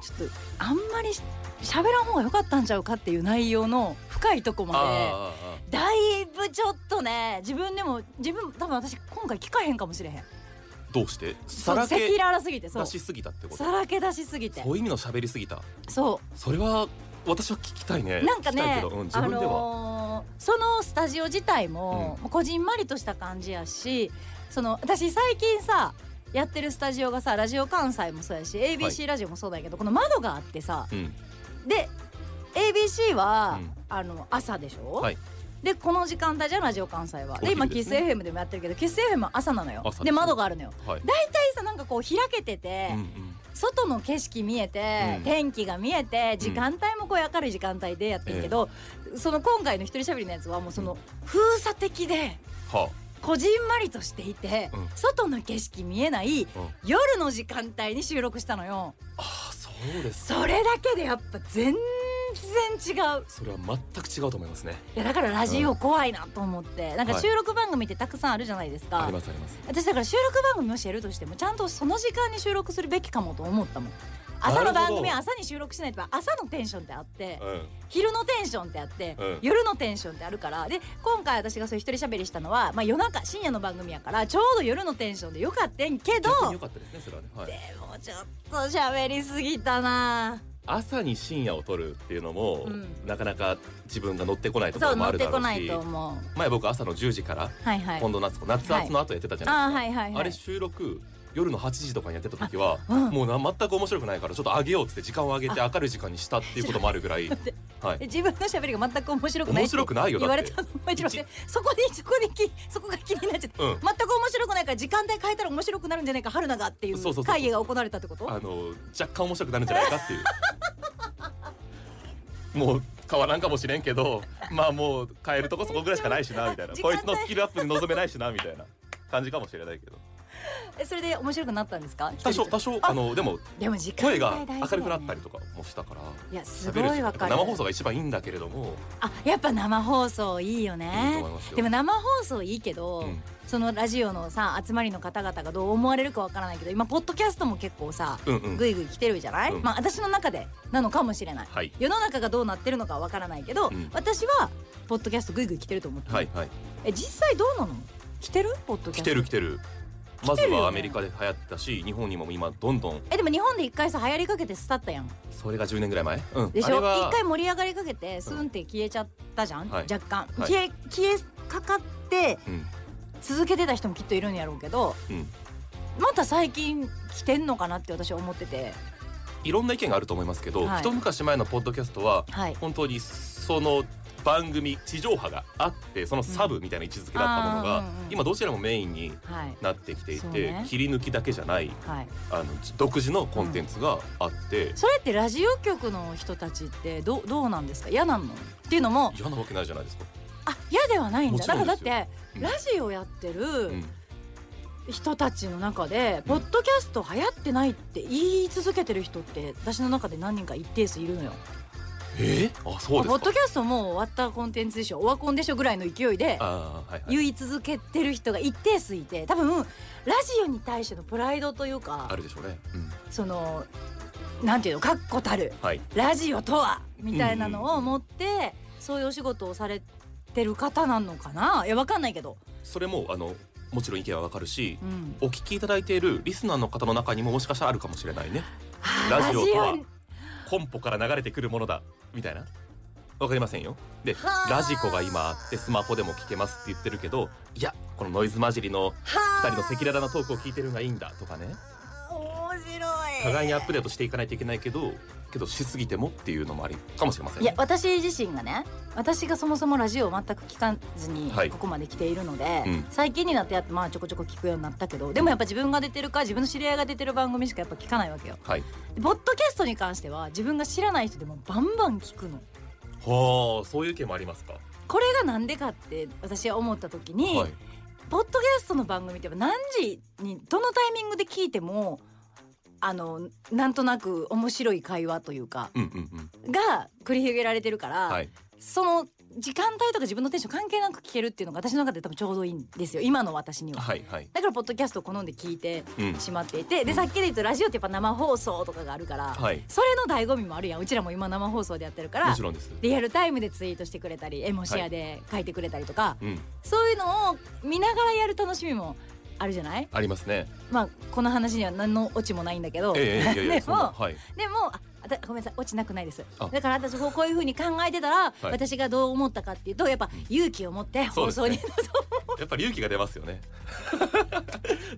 [SPEAKER 2] ちょっとあんまりしゃべらん方が良かったんちゃうかっていう内容の深いとこま
[SPEAKER 3] あ
[SPEAKER 2] でだいぶちょっとね自分でも自分多分私今回聞かへんかもしれへん
[SPEAKER 3] ーどうしてさ
[SPEAKER 2] そう
[SPEAKER 3] ら
[SPEAKER 2] 赤
[SPEAKER 3] け
[SPEAKER 2] 裸々すぎてそう
[SPEAKER 3] 出しすぎたってこと
[SPEAKER 2] さらけ出しすぎて
[SPEAKER 3] そういう意味の喋りすぎた
[SPEAKER 2] そ
[SPEAKER 3] それは私は聞きたいね
[SPEAKER 2] うなんか
[SPEAKER 3] 聞きた
[SPEAKER 2] ね
[SPEAKER 3] いけど、うん、自
[SPEAKER 2] あ
[SPEAKER 3] 分では、
[SPEAKER 2] のーそのスタジオ自体もこじんまりとした感じやしその私最近さやってるスタジオがさラジオ関西もそうやし ABC ラジオもそうだけど、この窓があってさ
[SPEAKER 3] うん
[SPEAKER 2] で ABC は、
[SPEAKER 3] うん
[SPEAKER 2] あの朝でしょ、
[SPEAKER 3] はい
[SPEAKER 2] でこの時間帯じゃんラジオ関西はで今
[SPEAKER 3] お昼
[SPEAKER 2] キ
[SPEAKER 3] です
[SPEAKER 2] ス
[SPEAKER 3] ね
[SPEAKER 2] FM でもやってるけどキス FM は朝なのよ
[SPEAKER 3] 朝ですね
[SPEAKER 2] で窓があるのよ
[SPEAKER 3] はい
[SPEAKER 2] 大体さなんかこう開けてて、
[SPEAKER 3] うんうん
[SPEAKER 2] 外の景色見えて、
[SPEAKER 3] うん
[SPEAKER 2] 天気が見えて時間帯もこう明るい時間帯でやってるけど、その今回の一人しゃべりのやつはもうその封鎖的で
[SPEAKER 3] は
[SPEAKER 2] こじんまりとしていて、
[SPEAKER 3] うん
[SPEAKER 2] 外の景色見えない夜の時間帯に収録したのよ
[SPEAKER 3] あ、あーそうです
[SPEAKER 2] それだけでやっぱ全然違う
[SPEAKER 3] それは全く違うと思いますね
[SPEAKER 2] いやだからラジオ怖いなと思って、なんか
[SPEAKER 3] はい
[SPEAKER 2] 収録番組ってたくさんあるじゃないですか、
[SPEAKER 3] ありますあります
[SPEAKER 2] 私だから収録番組もしやるとしてもちゃんとその時間に収録するべきかもと思ったもん朝の番組は朝に収録しないと朝のテンションってあって
[SPEAKER 3] う
[SPEAKER 2] 昼のテンションってあって、
[SPEAKER 3] うん
[SPEAKER 2] 夜のテンションってあるからで今回私がそういう一人喋りしたのは、まあ、夜中深夜の番組やからちょうど夜のテンションでよかったんけど
[SPEAKER 3] 逆に良かったですねそれはね、はい、
[SPEAKER 2] でもちょっと喋りすぎたな
[SPEAKER 3] 朝に深夜を撮るっていうのも、
[SPEAKER 2] うん
[SPEAKER 3] なかなか自分が乗ってこないとこ
[SPEAKER 2] そう
[SPEAKER 3] ろも
[SPEAKER 2] 乗
[SPEAKER 3] あ
[SPEAKER 2] っ
[SPEAKER 3] るだ
[SPEAKER 2] て
[SPEAKER 3] ろ
[SPEAKER 2] こ
[SPEAKER 3] う
[SPEAKER 2] ない
[SPEAKER 3] し
[SPEAKER 2] と思
[SPEAKER 3] 前僕朝の10時から
[SPEAKER 2] うはいはい
[SPEAKER 3] 近藤夏子夏圧の後やってたじゃ
[SPEAKER 2] あー
[SPEAKER 3] な
[SPEAKER 2] はい
[SPEAKER 3] ですか、
[SPEAKER 2] いはいはい
[SPEAKER 3] あれ収録夜の8時とかにやってた時は、
[SPEAKER 2] あうん
[SPEAKER 3] もうな全く面白くないからちょっと上げようっつって時間を上げて明るい時間にしたっていうこともある ぐらい、は
[SPEAKER 2] で
[SPEAKER 3] い、
[SPEAKER 2] 自分の喋りが全く面白くない
[SPEAKER 3] 面白くないよ
[SPEAKER 2] 言
[SPEAKER 3] だっ
[SPEAKER 2] わ
[SPEAKER 3] て
[SPEAKER 2] れたのもちろんでそこにそこにきそこが気になっちゃって、
[SPEAKER 3] うん
[SPEAKER 2] 全く面白くないから時間帯変えたら面白くなるんじゃないか春菜がってい
[SPEAKER 3] そうそううそうそう
[SPEAKER 2] 会議が行われたってこと
[SPEAKER 3] あの若干面白くなるんじゃないかっていうもう 変わらんかもしれんけどまあもう変えるとこそこぐらいしかないしなみたいな
[SPEAKER 2] 時間
[SPEAKER 3] こ
[SPEAKER 2] 帯
[SPEAKER 3] いつのスキルアップに望めないしなみたいな感じかもしれないけど
[SPEAKER 2] えそれで面白くなったんですか
[SPEAKER 3] 多少多少あのでも
[SPEAKER 2] でも時間
[SPEAKER 3] 声
[SPEAKER 2] 帯
[SPEAKER 3] が
[SPEAKER 2] 大事だよね
[SPEAKER 3] 明るくなったりとかもしたから
[SPEAKER 2] いやす
[SPEAKER 3] 喋
[SPEAKER 2] ご
[SPEAKER 3] るし
[SPEAKER 2] いわかる
[SPEAKER 3] 生放送が一番いいんだけれども
[SPEAKER 2] あやっぱ生放送いいよ
[SPEAKER 3] いいと
[SPEAKER 2] ね
[SPEAKER 3] 思いますよ
[SPEAKER 2] でも生放送いいけど、
[SPEAKER 3] うん
[SPEAKER 2] そのラジオのさ集まりの方々がどう思われるかわからないけど今ポッドキャストも結構さ、
[SPEAKER 3] うんうん
[SPEAKER 2] ぐいぐい来てるじゃない、
[SPEAKER 3] うん
[SPEAKER 2] まあ私の中でなのかもしれない、
[SPEAKER 3] はい
[SPEAKER 2] 世の中がどうなってるのかわからないけど、
[SPEAKER 3] うん
[SPEAKER 2] 私はポッドキャストぐいぐい来てると思ってる、
[SPEAKER 3] はいはい
[SPEAKER 2] え実際どうなの来てるポッドキャ
[SPEAKER 3] 来
[SPEAKER 2] スト
[SPEAKER 3] てる来てるまず
[SPEAKER 2] 来てるよね
[SPEAKER 3] はアメリカで流行ったし日本にも今どんどん
[SPEAKER 2] えでも日本で一回さ流行りかけて廃ったやん
[SPEAKER 3] それが10年ぐらい前、うん、
[SPEAKER 2] でし
[SPEAKER 3] あれ
[SPEAKER 2] ょ
[SPEAKER 3] は
[SPEAKER 2] 一回盛り上がりかけてスンって消えちゃったじゃん、
[SPEAKER 3] はい
[SPEAKER 2] 若干、
[SPEAKER 3] はい
[SPEAKER 2] 消え消えかかって
[SPEAKER 3] うん
[SPEAKER 2] 続けてた人もきっといるんやろうけど
[SPEAKER 3] うん
[SPEAKER 2] また最近来てんのかなって私は思ってて
[SPEAKER 3] いろんな意見があると思いますけど、
[SPEAKER 2] はい
[SPEAKER 3] 一昔前のポッドキャストは
[SPEAKER 2] はい
[SPEAKER 3] 本当にその番組地上波があってそのサブみたいな位置づけだったものが、
[SPEAKER 2] うんあーうんうん
[SPEAKER 3] 今どちらもメインに
[SPEAKER 2] はい
[SPEAKER 3] なってきていて、
[SPEAKER 2] そうね
[SPEAKER 3] 切り抜きだけじゃない
[SPEAKER 2] はい
[SPEAKER 3] あの独自のコンテンツがあって、
[SPEAKER 2] それってラジオ局の人たちってどうどうなんですか嫌なのっていうのも
[SPEAKER 3] 嫌なわけないじゃないですか。
[SPEAKER 2] あ嫌ではないん
[SPEAKER 3] も
[SPEAKER 2] だ
[SPEAKER 3] ち
[SPEAKER 2] だ
[SPEAKER 3] ろ
[SPEAKER 2] か
[SPEAKER 3] ん
[SPEAKER 2] らだっ
[SPEAKER 3] ですよ
[SPEAKER 2] て、
[SPEAKER 3] うん
[SPEAKER 2] ラジオやって
[SPEAKER 3] う
[SPEAKER 2] る
[SPEAKER 3] ん
[SPEAKER 2] 人たちの中で、
[SPEAKER 3] うん
[SPEAKER 2] ポッドキャスト流行ってないって言い続けてる人って私の中で何人か一定数いるのよ。
[SPEAKER 3] えー、あそうで
[SPEAKER 2] ポッ
[SPEAKER 3] すか
[SPEAKER 2] ド。キャストもう終わったコンテンツでしょオワコンでしょぐらいの勢いで
[SPEAKER 3] あーはいはい。
[SPEAKER 2] 言い続けてる人が一定数いて多分ラジオに対してのプライドという
[SPEAKER 3] あ
[SPEAKER 2] か
[SPEAKER 3] るでしょうね。うん、
[SPEAKER 2] そのなんていうの確固たる
[SPEAKER 3] はい。
[SPEAKER 2] ラジオとはみたいなのを持ってそういうお仕事をされてる方なのかないやわかんないけど
[SPEAKER 3] それもあのもちろん意見はわかるし、
[SPEAKER 2] うん
[SPEAKER 3] お聞きいただいているリスナーの方の中にももしかしたらあるかもしれないね
[SPEAKER 2] あー
[SPEAKER 3] ラジオとは
[SPEAKER 2] ラジ
[SPEAKER 3] コンポから流れてくるものだみたいなわかりませんよで
[SPEAKER 2] はあ
[SPEAKER 3] ラジコが今あってスマホでも聞けますって言ってるけどいやこのノイズ混じりの
[SPEAKER 2] は
[SPEAKER 3] 2
[SPEAKER 2] あ
[SPEAKER 3] 人の赤裸々なトークを聞いてるのがいいんだとかね
[SPEAKER 2] 面白い
[SPEAKER 3] 互いにアップデートしていかないといけないけどけどしすぎてもっていうのもありかもしれません
[SPEAKER 2] いや
[SPEAKER 3] ね
[SPEAKER 2] 私自身がね私がそもそもラジオを全く聞かずに
[SPEAKER 3] はい
[SPEAKER 2] ここまで来ているので、
[SPEAKER 3] うん
[SPEAKER 2] 最近になってやってまあちょこちょこ聞くようになったけどでもやっぱ自分が出てるか自分の知り合いが出てる番組しかやっぱ聞かないわけよ
[SPEAKER 3] はい
[SPEAKER 2] でポッドキャストに関しては自分が知らない人でもバンバン聞くの
[SPEAKER 3] はあそういう意見もありますか
[SPEAKER 2] これがなんでかって私は思った時に、
[SPEAKER 3] はい
[SPEAKER 2] ポッドキャストの番組ってやっぱ何時にどのタイミングで聞いてもあのなんとなく面白い会話というか
[SPEAKER 3] うんうんうん
[SPEAKER 2] が繰り広げられてるから、
[SPEAKER 3] はい
[SPEAKER 2] その時間帯とか自分のテンション関係なく聞けるっていうのが私の中で多分ちょうどいいんですよ今の私には。
[SPEAKER 3] はいはい
[SPEAKER 2] だからポッドキャストを好んで聞いて
[SPEAKER 3] うん
[SPEAKER 2] しまっていてでさっきで言うとラジオってやっぱ生放送とかがあるから、
[SPEAKER 3] はい
[SPEAKER 2] それの醍醐味もあるやんうちらも今生放送でやってるか
[SPEAKER 3] も
[SPEAKER 2] ら
[SPEAKER 3] ちろんです
[SPEAKER 2] リアルタイムでツイートしてくれたりエモシェアで書いてくれたりとか、
[SPEAKER 3] うん
[SPEAKER 2] そういうのを見ながらやる楽しみもあるじゃない
[SPEAKER 3] ありますね
[SPEAKER 2] まあこの話には何のオチもないんだけど、
[SPEAKER 3] ええい やいや
[SPEAKER 2] で
[SPEAKER 3] そんな
[SPEAKER 2] も
[SPEAKER 3] はい
[SPEAKER 2] でもああたごめんなさい落ちなくないです
[SPEAKER 3] あ
[SPEAKER 2] だから私こうこういうふうに考えてたら、
[SPEAKER 3] い
[SPEAKER 2] 私がどう思ったかっていうとやっぱ勇気を持って放
[SPEAKER 3] そうです
[SPEAKER 2] 送
[SPEAKER 3] ね
[SPEAKER 2] に、
[SPEAKER 3] やっぱり勇気が出ますよね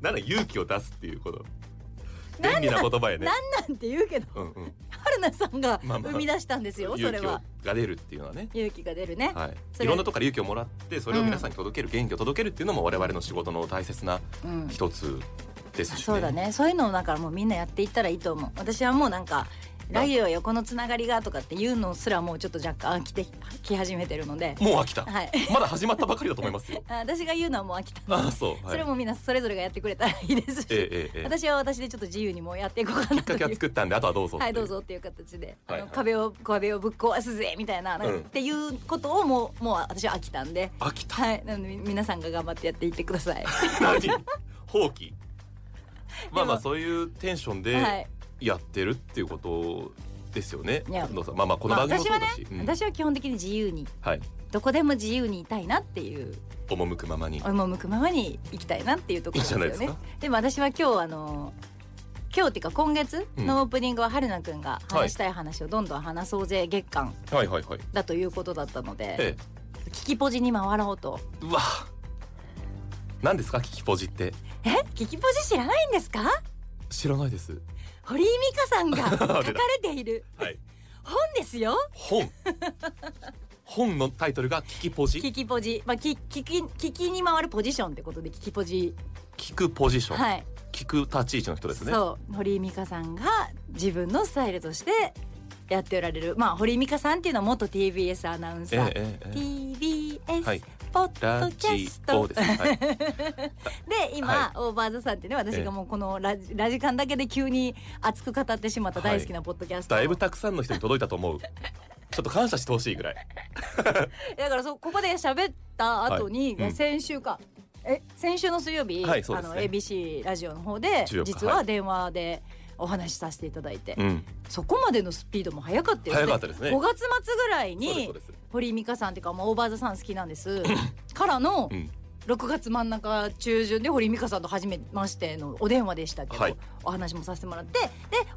[SPEAKER 3] なんだ勇気を出すっていうこと便利な言葉やね
[SPEAKER 2] なんなんて言うけど
[SPEAKER 3] うんうん
[SPEAKER 2] 春菜さんが
[SPEAKER 3] まあまあ
[SPEAKER 2] 生み出したんですよ、
[SPEAKER 3] 勇
[SPEAKER 2] そ
[SPEAKER 3] 気
[SPEAKER 2] れ
[SPEAKER 3] を
[SPEAKER 2] は
[SPEAKER 3] が出るっていうのはね
[SPEAKER 2] 勇気が出るね、
[SPEAKER 3] は
[SPEAKER 2] それ
[SPEAKER 3] い、いろんなとこから勇気をもらってそれを皆さんに届ける、元気を届けるっていうのも我々の仕事の大切な
[SPEAKER 2] うん
[SPEAKER 3] 一つですし、ね、
[SPEAKER 2] そうだねそういうのをだからもうみんなやっていったらいいと思う私はもうなんかラジオは横のつながりがとかっていうのすらもうちょっと若干飽きてき始めてるので
[SPEAKER 3] もう飽きた
[SPEAKER 2] はい
[SPEAKER 3] まだ始まったばかりだと思 いますよ
[SPEAKER 2] あ私が言うのはもう飽きた、
[SPEAKER 3] ああそう、はい、
[SPEAKER 2] それもみんなそれぞれがやってくれたらいいですし、
[SPEAKER 3] ええええええ
[SPEAKER 2] 私は私でちょっと自由にもうやっていこうかな
[SPEAKER 3] きっかけ
[SPEAKER 2] と
[SPEAKER 3] は
[SPEAKER 2] いう
[SPEAKER 3] 作ったんであとはどうぞって
[SPEAKER 2] はいいどうぞっていう形で、
[SPEAKER 3] は
[SPEAKER 2] あ
[SPEAKER 3] いは
[SPEAKER 2] の
[SPEAKER 3] い
[SPEAKER 2] 壁を壁をぶっ壊すぜみたいななんか
[SPEAKER 3] うん
[SPEAKER 2] っていうことをもうもう私は飽きたんで
[SPEAKER 3] 飽きた
[SPEAKER 2] はいなので皆さんが頑張ってやっていってください
[SPEAKER 3] 何放棄まあまあ
[SPEAKER 2] でも
[SPEAKER 3] そういうテンション
[SPEAKER 2] は
[SPEAKER 3] で
[SPEAKER 2] い
[SPEAKER 3] やってるっていうことですよね、
[SPEAKER 2] いや
[SPEAKER 3] どうぞまあまあこの番組も
[SPEAKER 2] 私
[SPEAKER 3] そ
[SPEAKER 2] は
[SPEAKER 3] う
[SPEAKER 2] ね
[SPEAKER 3] だし、うん
[SPEAKER 2] 私は基本的に自由に
[SPEAKER 3] はい
[SPEAKER 2] どこでも自由にいたいなっていう
[SPEAKER 3] 赴くままに
[SPEAKER 2] 赴くままに行きたいなっていうところですよね
[SPEAKER 3] いいじゃないです
[SPEAKER 2] でも私は今日あの今日っていうか今月のオープニングは春菜くんが話したい話をどんどん話そうぜ月間
[SPEAKER 3] はいはいはい
[SPEAKER 2] だということだったので、
[SPEAKER 3] ええ
[SPEAKER 2] 聞きポジに回ろうと
[SPEAKER 3] うわ何ですか聞きポジって
[SPEAKER 2] え聞きポジ知らないんですか
[SPEAKER 3] 知らないです
[SPEAKER 2] 堀井美香さん が書か
[SPEAKER 3] 出
[SPEAKER 2] れ
[SPEAKER 3] た
[SPEAKER 2] ている
[SPEAKER 3] はい
[SPEAKER 2] 本ですよ
[SPEAKER 3] 本 本のタイトルが聞きポジ
[SPEAKER 2] 聞きポジまあ聞聞き聞きに回るポジションってことで聞きポジ
[SPEAKER 3] 聞くポジション、
[SPEAKER 2] はい
[SPEAKER 3] 聞く立ち位置の人ですね
[SPEAKER 2] そう堀井美香さんが自分のスタイルとしてやっておられるまあ堀井美香さんっていうのは元 TBS アナウンサ
[SPEAKER 3] え
[SPEAKER 2] ー、
[SPEAKER 3] えええええ
[SPEAKER 2] TBS、
[SPEAKER 3] はい
[SPEAKER 2] ポッ
[SPEAKER 3] ラ
[SPEAKER 2] ドキャ
[SPEAKER 3] ジ
[SPEAKER 2] スト
[SPEAKER 3] オです、はい、
[SPEAKER 2] で今、
[SPEAKER 3] は
[SPEAKER 2] オーバーザさんってね私がもうこのラジラジカンだけで急に熱く語ってしまった大好きなポッドキャスト、
[SPEAKER 3] だいぶたくさんの人に届いたと思うちょっと感謝してほしいぐらい
[SPEAKER 2] だからそうここで喋った後に、
[SPEAKER 3] はいうん
[SPEAKER 2] 先週かえ先週の水曜日、
[SPEAKER 3] はいそう
[SPEAKER 2] あ
[SPEAKER 3] ですね
[SPEAKER 2] の ABC ラジオの方で
[SPEAKER 3] 14日
[SPEAKER 2] 実は電話でお話しさせていただいて、
[SPEAKER 3] うん
[SPEAKER 2] そこまでのスピードも速かったよ
[SPEAKER 3] 早かったですね
[SPEAKER 2] 5月末ぐらい
[SPEAKER 3] そうですそ
[SPEAKER 2] に
[SPEAKER 3] うです
[SPEAKER 2] 堀井美香さんっていうかもうオーバーザさん好きなんです からの
[SPEAKER 3] うん
[SPEAKER 2] 6月真ん中中旬で堀井美香さんと初めましてのお電話でしたけど、
[SPEAKER 3] はい
[SPEAKER 2] お話もさせてもらってで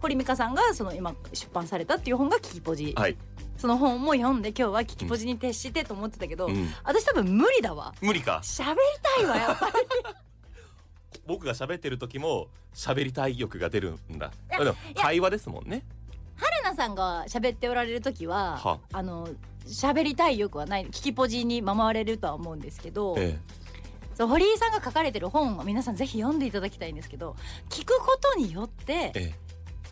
[SPEAKER 2] 堀井美香さんがその今出版されたっていう本が「キキポジ」
[SPEAKER 3] はい、
[SPEAKER 2] その本も読んで今日は聞きポジに徹してと思ってたけど、
[SPEAKER 3] うん、
[SPEAKER 2] 私多分無理だわ
[SPEAKER 3] 無理か
[SPEAKER 2] 喋りたいわやっぱり
[SPEAKER 3] 僕が喋ってる時も喋りたい欲が出るんだでも会話ですもんね
[SPEAKER 2] 春菜さんが喋っておられる時は
[SPEAKER 3] は
[SPEAKER 2] あの喋りたい欲はない聞きポジに回れるとは思うんですけど、
[SPEAKER 3] え
[SPEAKER 2] そう堀井さんが書かれてる本を皆さんぜひ読んでいただきたいんですけど聞くことによって
[SPEAKER 3] ええ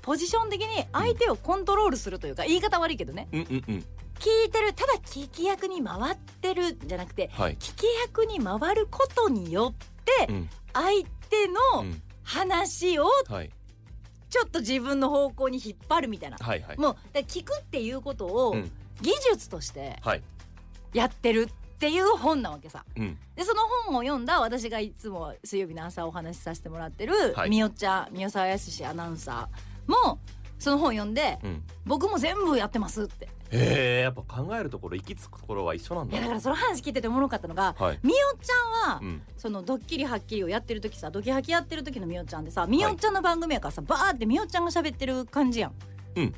[SPEAKER 2] ポジション的に相手をコントロールするというか言い方悪いけどね
[SPEAKER 3] えうんうんうん
[SPEAKER 2] 聞いてるただ聞き役に回ってるんじゃなくて
[SPEAKER 3] はい、
[SPEAKER 2] 聞き役に回ることによって
[SPEAKER 3] うん
[SPEAKER 2] 相手の
[SPEAKER 3] うん、
[SPEAKER 2] 話を
[SPEAKER 3] はい
[SPEAKER 2] ちょっと自分の方向に引っ張るみたいな。
[SPEAKER 3] はいはい
[SPEAKER 2] もうだから聞くっていうことを
[SPEAKER 3] うん
[SPEAKER 2] 技術として
[SPEAKER 3] はい
[SPEAKER 2] やってるっていう本なわけさ。
[SPEAKER 3] うん
[SPEAKER 2] でその本を読んだ私がいつも水曜日の朝お話しさせてもらってる、
[SPEAKER 3] はい
[SPEAKER 2] みよちゃん三代沢康アナウンサーもその本読んで
[SPEAKER 3] うん
[SPEAKER 2] 僕も全部やってますって
[SPEAKER 3] へえやっぱ考えるところ行き着くところは一緒なん
[SPEAKER 2] い
[SPEAKER 3] だ
[SPEAKER 2] やだからその話聞いてておもろかったのが
[SPEAKER 3] はい、
[SPEAKER 2] みおちゃんは
[SPEAKER 3] うん、
[SPEAKER 2] そのドッキリはっきりをやってる時さドキハキやってる時のみおちゃんでさみおちゃんの番組やからさバーってみおちゃんが喋ってる感じやん、
[SPEAKER 3] うん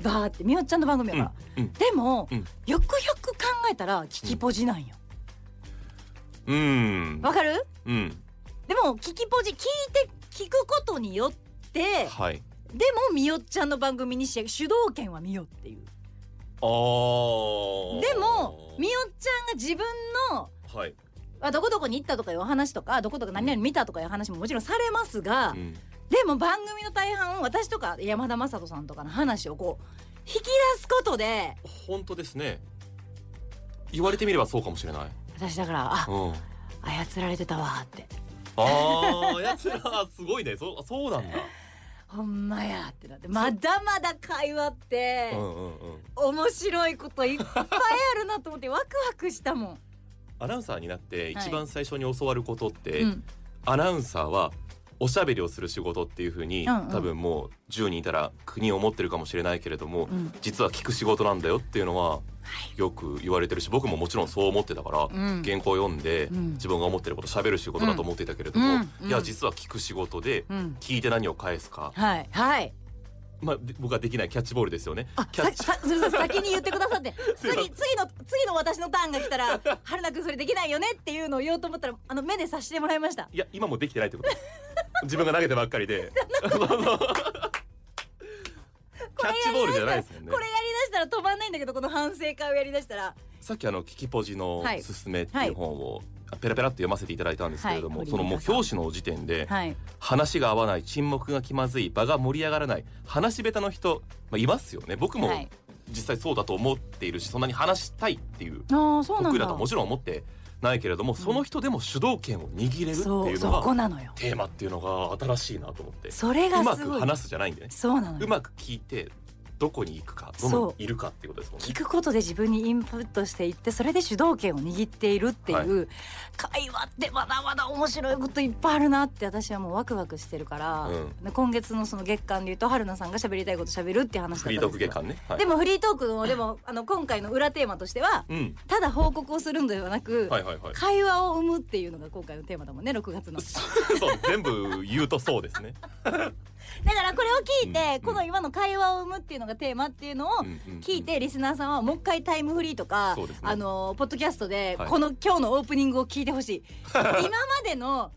[SPEAKER 2] バーってみおちゃんの番組やから、
[SPEAKER 3] うん
[SPEAKER 2] でも、
[SPEAKER 3] うん
[SPEAKER 2] よくよく考えたら聞きポジなんよ
[SPEAKER 3] うん
[SPEAKER 2] わかる
[SPEAKER 3] うん
[SPEAKER 2] でも聞きポジ聞いて聞くことによって
[SPEAKER 3] はい
[SPEAKER 2] でもみおちゃんの番組にし主導権はみおっていう
[SPEAKER 3] あー
[SPEAKER 2] でもみおちゃんが自分の
[SPEAKER 3] はい、
[SPEAKER 2] あどこどこに行ったとかいう話とかどこどこ何々見たとかいう話ももちろんされますが、
[SPEAKER 3] うん、
[SPEAKER 2] でも番組の大半私とか山田雅人さんとかの話をこう引き出すことで
[SPEAKER 3] 本当ですね言われてみればそうかもしれない、
[SPEAKER 2] 私だからあ
[SPEAKER 3] うん、
[SPEAKER 2] 操られてたわーって
[SPEAKER 3] あーやつらはすごいねそそうなんだ
[SPEAKER 2] ほんまやってなってまだまだ会話って
[SPEAKER 3] うんうんうん
[SPEAKER 2] 面白いこといっぱいあるなと思ってワクワクしたもん。
[SPEAKER 3] アナウンサーになって
[SPEAKER 2] はい
[SPEAKER 3] 一番最初に教わることって、
[SPEAKER 2] うん
[SPEAKER 3] アナウンサーはおしゃべりをする仕事っていう風に、
[SPEAKER 2] うんうん
[SPEAKER 3] 多分もう10人いたら国を持ってるかもしれないけれども、
[SPEAKER 2] うん
[SPEAKER 3] 実は聞く仕事なんだよっていうのはよく言われてるし僕ももちろんそう思ってたから、
[SPEAKER 2] うん
[SPEAKER 3] 原稿を読んで、
[SPEAKER 2] うん
[SPEAKER 3] 自分が思ってること喋る仕事だと思っていたけれども、
[SPEAKER 2] うんうん
[SPEAKER 3] いや実は聞く仕事で、
[SPEAKER 2] うん
[SPEAKER 3] 聞いて何を返すか、
[SPEAKER 2] はいはい
[SPEAKER 3] まあ、で僕はできないキャッチボールですよね
[SPEAKER 2] あ
[SPEAKER 3] キャ
[SPEAKER 2] さ
[SPEAKER 3] ッチ
[SPEAKER 2] さすみません先に言ってくださって
[SPEAKER 3] すい
[SPEAKER 2] 次
[SPEAKER 3] ません
[SPEAKER 2] 次の次の私のターンが来たら「春菜くんそれできないよね」っていうのを言おうと思ったらあの目で察してもらいました
[SPEAKER 3] いや今もできてないって ことです自分が投げてばっかりでキャッチボールじゃないですもんね
[SPEAKER 2] これやりだしたら止まんないんだけどこの反省会をやりだしたら
[SPEAKER 3] さっきあの「聞きポジの
[SPEAKER 2] はい
[SPEAKER 3] すすめ」っていう本をペラペラって読ませていただいたんですけれども、
[SPEAKER 2] はい
[SPEAKER 3] そのもう表紙の時点で
[SPEAKER 2] はい
[SPEAKER 3] 話が合わない沈黙が気まずい場が盛り上がらない話し下手の人、まあ、いますよね僕も
[SPEAKER 2] はい
[SPEAKER 3] 実際そうだと思っているしそんなに話したいっていう
[SPEAKER 2] ああそうな
[SPEAKER 3] 得
[SPEAKER 2] ん
[SPEAKER 3] 意
[SPEAKER 2] だ
[SPEAKER 3] だとはもちろん思ってないけれどもその人でも主導権を握れるって
[SPEAKER 2] そ
[SPEAKER 3] いううの
[SPEAKER 2] そ
[SPEAKER 3] が
[SPEAKER 2] こなのよ
[SPEAKER 3] テーマっていうのが新しいなと思って
[SPEAKER 2] それ
[SPEAKER 3] う
[SPEAKER 2] が
[SPEAKER 3] ますく
[SPEAKER 2] ごい
[SPEAKER 3] 話すじゃないんでね
[SPEAKER 2] そうなの
[SPEAKER 3] う
[SPEAKER 2] よ
[SPEAKER 3] まく聞いてどこに行くかどこにいるかっていうことですもんね
[SPEAKER 2] 聞。くことで自分にインプットしていってそれで主導権を握っているっていう、会話ってまだまだ面白いこといっぱいあるなって私はもうワクワクしてるから、
[SPEAKER 3] う
[SPEAKER 2] で今月のその月間で言うと春菜さんが喋りたいこと喋るっていう話だった
[SPEAKER 3] フ
[SPEAKER 2] ん
[SPEAKER 3] リ
[SPEAKER 2] ですけ
[SPEAKER 3] ートー
[SPEAKER 2] ど
[SPEAKER 3] ク月間ね。はい
[SPEAKER 2] でもフリートークのでもあの今回の裏テーマとしては
[SPEAKER 3] うん。
[SPEAKER 2] ただ報告をするのではなく、
[SPEAKER 3] はいはいはい。
[SPEAKER 2] 会話を生むっていうのが今回のテーマだもんね6月の
[SPEAKER 3] そう全部言うとそうですね。
[SPEAKER 2] だからこれを聞いて、
[SPEAKER 3] うん
[SPEAKER 2] この今の会話を生むっていうのがテーマっていうのを
[SPEAKER 3] うんうんうん
[SPEAKER 2] 聞いてリスナーさんはもう一回タイムフリーとか、
[SPEAKER 3] そうですね
[SPEAKER 2] あのポッドキャストで
[SPEAKER 3] はい
[SPEAKER 2] この、今日のオープニングを聞いてほし い今までの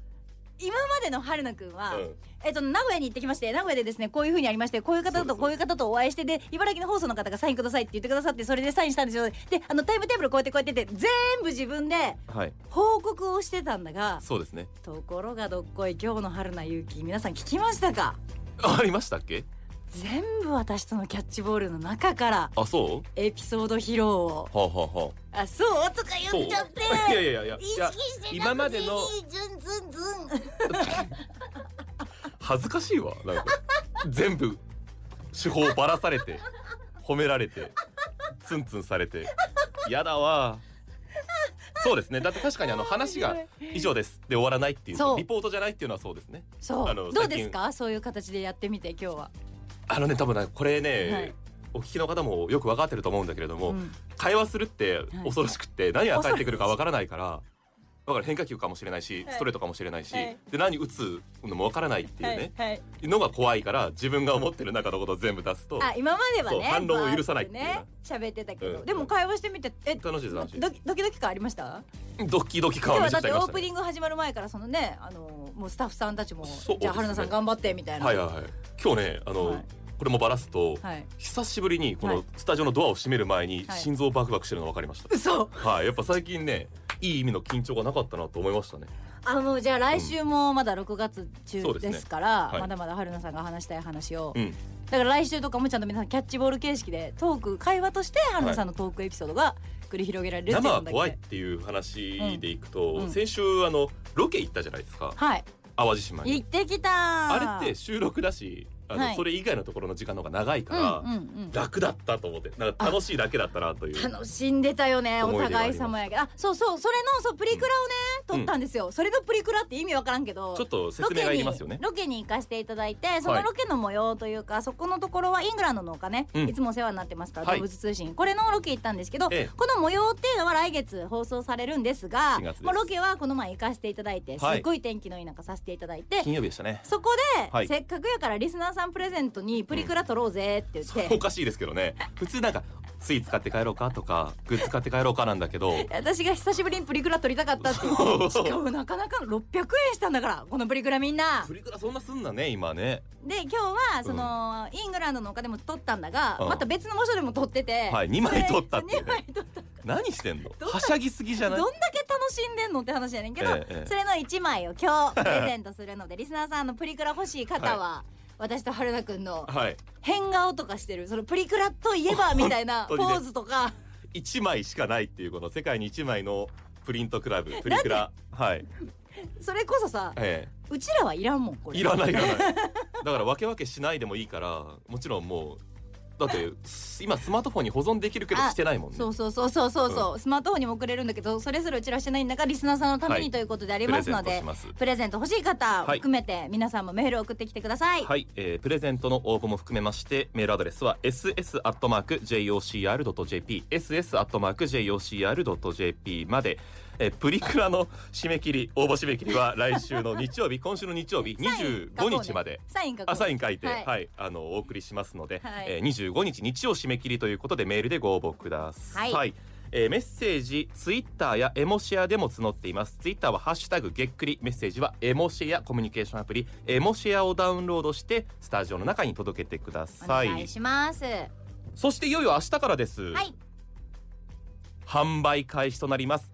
[SPEAKER 2] 今までの春菜くんは、
[SPEAKER 3] うん
[SPEAKER 2] えっと、名古屋に行ってきまして名古屋でですねこういうふうにありましてこういう方とこういう方とお会いしてで茨城の放送の方がサインくださいって言ってくださってそれでサインしたんですよであのタイムテーブルこうやってこうやってって全部自分で
[SPEAKER 3] はい。
[SPEAKER 2] 報告をしてたんだが
[SPEAKER 3] そうですね。
[SPEAKER 2] ところがどっこい今日の春菜ゆうき皆さん聞きましたか
[SPEAKER 3] ありましたっけ？
[SPEAKER 2] 全部私とのキャッチボールの中から
[SPEAKER 3] あそ
[SPEAKER 2] エピソード披露を
[SPEAKER 3] う？はあ、はあは
[SPEAKER 2] あそうとか
[SPEAKER 3] あ。そう。
[SPEAKER 2] 言っ
[SPEAKER 3] い
[SPEAKER 2] ちゃって
[SPEAKER 3] やいやいやいや。
[SPEAKER 2] 意識してたくせに
[SPEAKER 3] 今までの
[SPEAKER 2] ズンズンズン
[SPEAKER 3] 恥ずかしいわ。なんか全部手法ばらされて褒められてツンツンされてやだわ。そうですね。だって確かにあの話が以上ですで終わらないっていう
[SPEAKER 2] そう
[SPEAKER 3] リポートじゃないっていうのはそうですね。
[SPEAKER 2] そ
[SPEAKER 3] あの
[SPEAKER 2] うどう
[SPEAKER 3] 最近
[SPEAKER 2] ですかそういう形でやってみて今日は
[SPEAKER 3] あのね多分ねこれね、
[SPEAKER 2] はい
[SPEAKER 3] お聞きの方もよく分かってると思うんだけれども、
[SPEAKER 2] うん
[SPEAKER 3] 会話するって
[SPEAKER 2] い
[SPEAKER 3] 恐ろしくって何が返ってくるか分からないから。だから変化球かもしれないし、
[SPEAKER 2] はい
[SPEAKER 3] ストレートかもしれないし、
[SPEAKER 2] はい
[SPEAKER 3] で何打つのも分からないっていうね、
[SPEAKER 2] はいはい
[SPEAKER 3] のが怖いから自分が思ってる中のことを全部出すと
[SPEAKER 2] あ今までは
[SPEAKER 3] そう
[SPEAKER 2] ね
[SPEAKER 3] 反論を許さないっていうな
[SPEAKER 2] バーってね喋ってたけ
[SPEAKER 3] う
[SPEAKER 2] ど
[SPEAKER 3] ん
[SPEAKER 2] でも会話してみてえ
[SPEAKER 3] 楽しいです楽しい
[SPEAKER 2] ドキドキドキ感ありました
[SPEAKER 3] ドキドキ
[SPEAKER 2] 今
[SPEAKER 3] 感
[SPEAKER 2] 日
[SPEAKER 3] は
[SPEAKER 2] は
[SPEAKER 3] めち
[SPEAKER 2] だ
[SPEAKER 3] ゃ
[SPEAKER 2] っ
[SPEAKER 3] くちゃ
[SPEAKER 2] て
[SPEAKER 3] あり
[SPEAKER 2] オ
[SPEAKER 3] まし
[SPEAKER 2] ー
[SPEAKER 3] た
[SPEAKER 2] プ
[SPEAKER 3] ね。
[SPEAKER 2] ニング始まる前からそのねあのもうスタッフさんたちも
[SPEAKER 3] そう
[SPEAKER 2] じゃあ
[SPEAKER 3] です
[SPEAKER 2] 春
[SPEAKER 3] ね
[SPEAKER 2] 菜さん頑張ってみたいな
[SPEAKER 3] はいはいはい。今日ねあの、
[SPEAKER 2] はい
[SPEAKER 3] これもばらすと、
[SPEAKER 2] はい
[SPEAKER 3] 久しぶりにこ
[SPEAKER 2] は
[SPEAKER 3] の
[SPEAKER 2] い
[SPEAKER 3] スタジオのドアを閉める前に
[SPEAKER 2] はい
[SPEAKER 3] 心臓バクバクしてるの分かりました。
[SPEAKER 2] 嘘
[SPEAKER 3] はい、やっぱ最近ねいい意味の緊張がなかったなと思いましたね。
[SPEAKER 2] あもうじゃあ来週もまだ6月
[SPEAKER 3] そ
[SPEAKER 2] 中
[SPEAKER 3] うですね
[SPEAKER 2] ですから、
[SPEAKER 3] はい
[SPEAKER 2] まだまだ春菜さんが話したい話を、
[SPEAKER 3] うん。
[SPEAKER 2] だから来週とかもちゃんと皆さんキャッチボール形式でトーク会話として春菜さんのトークエピソードが繰り広げられるっていう
[SPEAKER 3] 生は
[SPEAKER 2] のだけで、
[SPEAKER 3] 怖いっていう話でいくと、
[SPEAKER 2] うんうん
[SPEAKER 3] 先週あのロケ行ったじゃないですか
[SPEAKER 2] はい
[SPEAKER 3] 淡路島に
[SPEAKER 2] 行ってきたー
[SPEAKER 3] あれって収録だしあの、
[SPEAKER 2] はい
[SPEAKER 3] それ以外のところの時間の方が長いか
[SPEAKER 2] うん
[SPEAKER 3] ら、
[SPEAKER 2] うんうん
[SPEAKER 3] 楽だったと思ってなんか楽しいだけだったなという
[SPEAKER 2] 楽しんでたよねお
[SPEAKER 3] 思い出があ
[SPEAKER 2] 互い
[SPEAKER 3] ります
[SPEAKER 2] 様やけどあそうそうそれのそうプリクラをね撮ったんですよ、それのプリクラって意味わからんけど
[SPEAKER 3] ちょっと説明がいりますよね
[SPEAKER 2] ロケにロケに行かせていただいてそのロケの模様というか、そこのところはイングランドのお金、
[SPEAKER 3] うん
[SPEAKER 2] いつもお世話になってますから、
[SPEAKER 3] はい
[SPEAKER 2] 動物通信これのロケ行ったんですけど、
[SPEAKER 3] ええ
[SPEAKER 2] この模様っていうのは来月放送されるんですが
[SPEAKER 3] 4月です
[SPEAKER 2] まあロケはこの前行かせていただいてす
[SPEAKER 3] はい
[SPEAKER 2] っごい天気のいい中させていただいて、
[SPEAKER 3] 金曜日でしたね
[SPEAKER 2] そこで、
[SPEAKER 3] はい
[SPEAKER 2] せっかくやからリスナーさんプレゼントにプリクラ撮ろうぜって言って、
[SPEAKER 3] おかしいですけどね普通なんかスイーツ買って帰ろうかとかグッズ買って帰ろうかなんだけど
[SPEAKER 2] 私が久しぶりにプリクラ撮りたかったっていう
[SPEAKER 3] そう
[SPEAKER 2] しかもなかなか600円したんだからこのプリクラみんな
[SPEAKER 3] プリクラそんなすんなね今ね
[SPEAKER 2] で今日はその、イングランドのお金も撮ったんだが、
[SPEAKER 3] うん
[SPEAKER 2] また別の場所でも撮ってて、
[SPEAKER 3] はい二枚撮ったっていう
[SPEAKER 2] 2
[SPEAKER 3] ね
[SPEAKER 2] 枚撮った
[SPEAKER 3] 何してんの
[SPEAKER 2] どんな
[SPEAKER 3] はしゃぎすぎじゃ
[SPEAKER 2] ど
[SPEAKER 3] なんい
[SPEAKER 2] だけ楽しんでんのって話やねんけど、
[SPEAKER 3] ええええ
[SPEAKER 2] それの1枚を今日プレゼントするので リスナーさんのプリクラ欲しい方は、私と春菜くんの
[SPEAKER 3] はい
[SPEAKER 2] 変顔とかしてるそのプリクラといえばみたいな
[SPEAKER 3] 本
[SPEAKER 2] ポ
[SPEAKER 3] 当に
[SPEAKER 2] ー
[SPEAKER 3] ね
[SPEAKER 2] ズとか、
[SPEAKER 3] 一枚しかないっていうこの世界に一枚のプリントクラブプリクラはい
[SPEAKER 2] それこそさ
[SPEAKER 3] え
[SPEAKER 2] うちらはいらんもんこ
[SPEAKER 3] え
[SPEAKER 2] れ
[SPEAKER 3] いらないいらないだから分け分けしないでもいいからもちろんもうだって今スマートフォンに保存できるけどしてないもんね
[SPEAKER 2] そうそうそうそうそうそう、スマートフォンにも送れるんだけどそれぞれうちらしてないんだからリスナーさんのため
[SPEAKER 3] はい
[SPEAKER 2] にということであり
[SPEAKER 3] プ
[SPEAKER 2] ま
[SPEAKER 3] レ
[SPEAKER 2] す
[SPEAKER 3] ゼ
[SPEAKER 2] の
[SPEAKER 3] ント
[SPEAKER 2] で、
[SPEAKER 3] します
[SPEAKER 2] プレゼント欲しい方
[SPEAKER 3] はい
[SPEAKER 2] 含めて皆さんもメールを送ってきてください、
[SPEAKER 3] はい、えープレゼントの応募も含めましてメールアドレスは ss.jocr.jp ss.jocr.jp まで、えープリクラの締め切り応募締め切りは来週の日曜日今週の日 曜
[SPEAKER 2] サ
[SPEAKER 3] 日
[SPEAKER 2] イン書こうね
[SPEAKER 3] 25日まで。
[SPEAKER 2] サイン書こう
[SPEAKER 3] あサイン書いて、は、
[SPEAKER 2] はいい
[SPEAKER 3] あのお送りしますので、
[SPEAKER 2] はい
[SPEAKER 3] えー25日日曜締め切りということでメールでご応募ください。
[SPEAKER 2] はい
[SPEAKER 3] えーメッセージツイッターやエモシェアでも募っていますツイッターは「ハッシュタグげっくり」メッセージはエモシェアコミュニケーションアプリエモシェアをダウンロードしてスタジオの中に届けてくだ
[SPEAKER 2] お
[SPEAKER 3] さい
[SPEAKER 2] 願いしますは
[SPEAKER 3] そしていよいよ明日からです、
[SPEAKER 2] い
[SPEAKER 3] 販売開始となります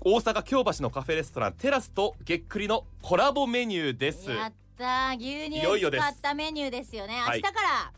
[SPEAKER 3] 大阪京橋のカフェレストランテラスとげっくりのコラボメニューです
[SPEAKER 2] やったー牛乳を使ったメニューですよね
[SPEAKER 3] はい
[SPEAKER 2] 明日か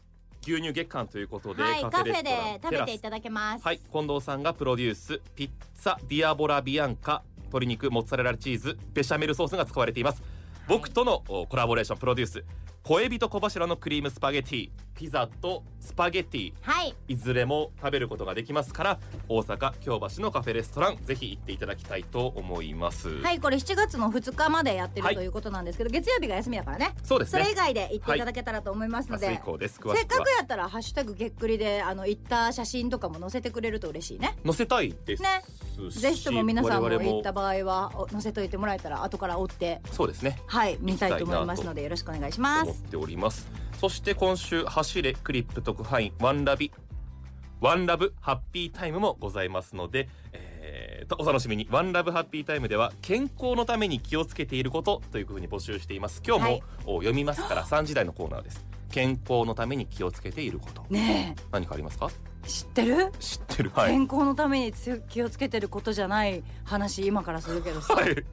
[SPEAKER 3] 牛乳月間ということで、
[SPEAKER 2] らはいカフ
[SPEAKER 3] レ
[SPEAKER 2] ェ
[SPEAKER 3] ストラン
[SPEAKER 2] で食べ
[SPEAKER 3] テ
[SPEAKER 2] て
[SPEAKER 3] ラ
[SPEAKER 2] い
[SPEAKER 3] ス
[SPEAKER 2] ただけます
[SPEAKER 3] はい近藤さんがプロデュースピッツァディアボラビアンカ鶏肉モッツァレラチーズベシャメルソースが使われています僕とのおコラボレーションプロデュース小エビと小柱のクリームスパゲティピザとスパゲティ
[SPEAKER 2] はい
[SPEAKER 3] いずれも食べることができますから大阪京橋のカフェレストランぜひ行っていただきたいと思います、
[SPEAKER 2] はいこれ7月の2日までやって
[SPEAKER 3] はい
[SPEAKER 2] るということなんですけど、月曜日が休みだからね
[SPEAKER 3] そうです
[SPEAKER 2] それ
[SPEAKER 3] ね
[SPEAKER 2] 以外で行っていただけたらと思います
[SPEAKER 3] 明
[SPEAKER 2] ので、
[SPEAKER 3] 日以降です詳
[SPEAKER 2] せ
[SPEAKER 3] し
[SPEAKER 2] っ
[SPEAKER 3] く
[SPEAKER 2] か
[SPEAKER 3] は
[SPEAKER 2] くやったら「ハッシュタグげっくりで」あの行った写真とかも載せてくれると嬉しいね
[SPEAKER 3] 載せたいです
[SPEAKER 2] ね
[SPEAKER 3] し
[SPEAKER 2] ぜひとも皆さんも
[SPEAKER 3] 我々
[SPEAKER 2] 行った場合はお載せといてもらえたら後から追って
[SPEAKER 3] そうですね
[SPEAKER 2] はい見たいと思いますのでよろしくお願いしま
[SPEAKER 3] 思っ
[SPEAKER 2] す
[SPEAKER 3] ておりますそして今週走れクリップ特派員ワンラビワンラブハッピータイムもございますので、えーとお楽しみにワンラブハッピータイムでは健康のために気をつけていることというふうに募集しています今日も、
[SPEAKER 2] はい
[SPEAKER 3] お読みますから3時台のコーナーです健康のために気をつけていること
[SPEAKER 2] ね
[SPEAKER 3] 何かありますか
[SPEAKER 2] え知ってる、
[SPEAKER 3] 知ってるはい
[SPEAKER 2] 健康のためにつ気をつけてることじゃない話今からするけどさ、
[SPEAKER 3] はい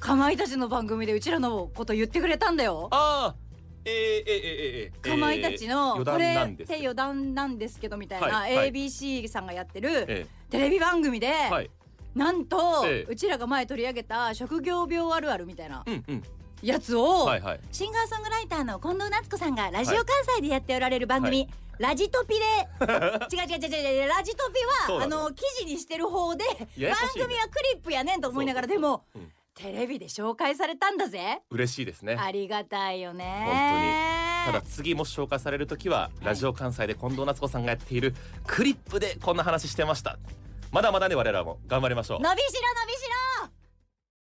[SPEAKER 2] かまいたちの番組でうちらのこと言ってくれたんだよ
[SPEAKER 3] あーえー、えー、えー、えー、えー
[SPEAKER 2] かまいたちの、こ
[SPEAKER 3] 余談なん
[SPEAKER 2] れ
[SPEAKER 3] で
[SPEAKER 2] っ
[SPEAKER 3] すけ
[SPEAKER 2] て
[SPEAKER 3] ど
[SPEAKER 2] 余談なんですけどみたいな、
[SPEAKER 3] はいはい
[SPEAKER 2] ABC さんがやってる
[SPEAKER 3] え
[SPEAKER 2] テレビ番組で、
[SPEAKER 3] ー、はい
[SPEAKER 2] なんと、
[SPEAKER 3] ええ
[SPEAKER 2] うちらが前取り上げた職業病あるあるみたいな
[SPEAKER 3] うんうん
[SPEAKER 2] やつを、
[SPEAKER 3] はいはい
[SPEAKER 2] シンガーソングライターの近藤夏子さんがラジオ関西でやっておられる番組、ラジ トピで違う違う違う違うラジトピ
[SPEAKER 3] そう
[SPEAKER 2] は
[SPEAKER 3] な
[SPEAKER 2] あ
[SPEAKER 3] の
[SPEAKER 2] の記事にしてる方で
[SPEAKER 3] ややこ
[SPEAKER 2] 番
[SPEAKER 3] しいね
[SPEAKER 2] 組はクリップやねんと思いながら
[SPEAKER 3] そうそう
[SPEAKER 2] でも、
[SPEAKER 3] うん
[SPEAKER 2] テレビで紹介されたんだぜ
[SPEAKER 3] 嬉しいですね
[SPEAKER 2] ありがたいよ
[SPEAKER 3] ただ
[SPEAKER 2] ね
[SPEAKER 3] 次もし紹介される時はラジオ関西で近藤夏子さんがやっているクリップでこんな話してましたまだまだね我らも頑張りましょう
[SPEAKER 2] 伸びしろ伸びしろ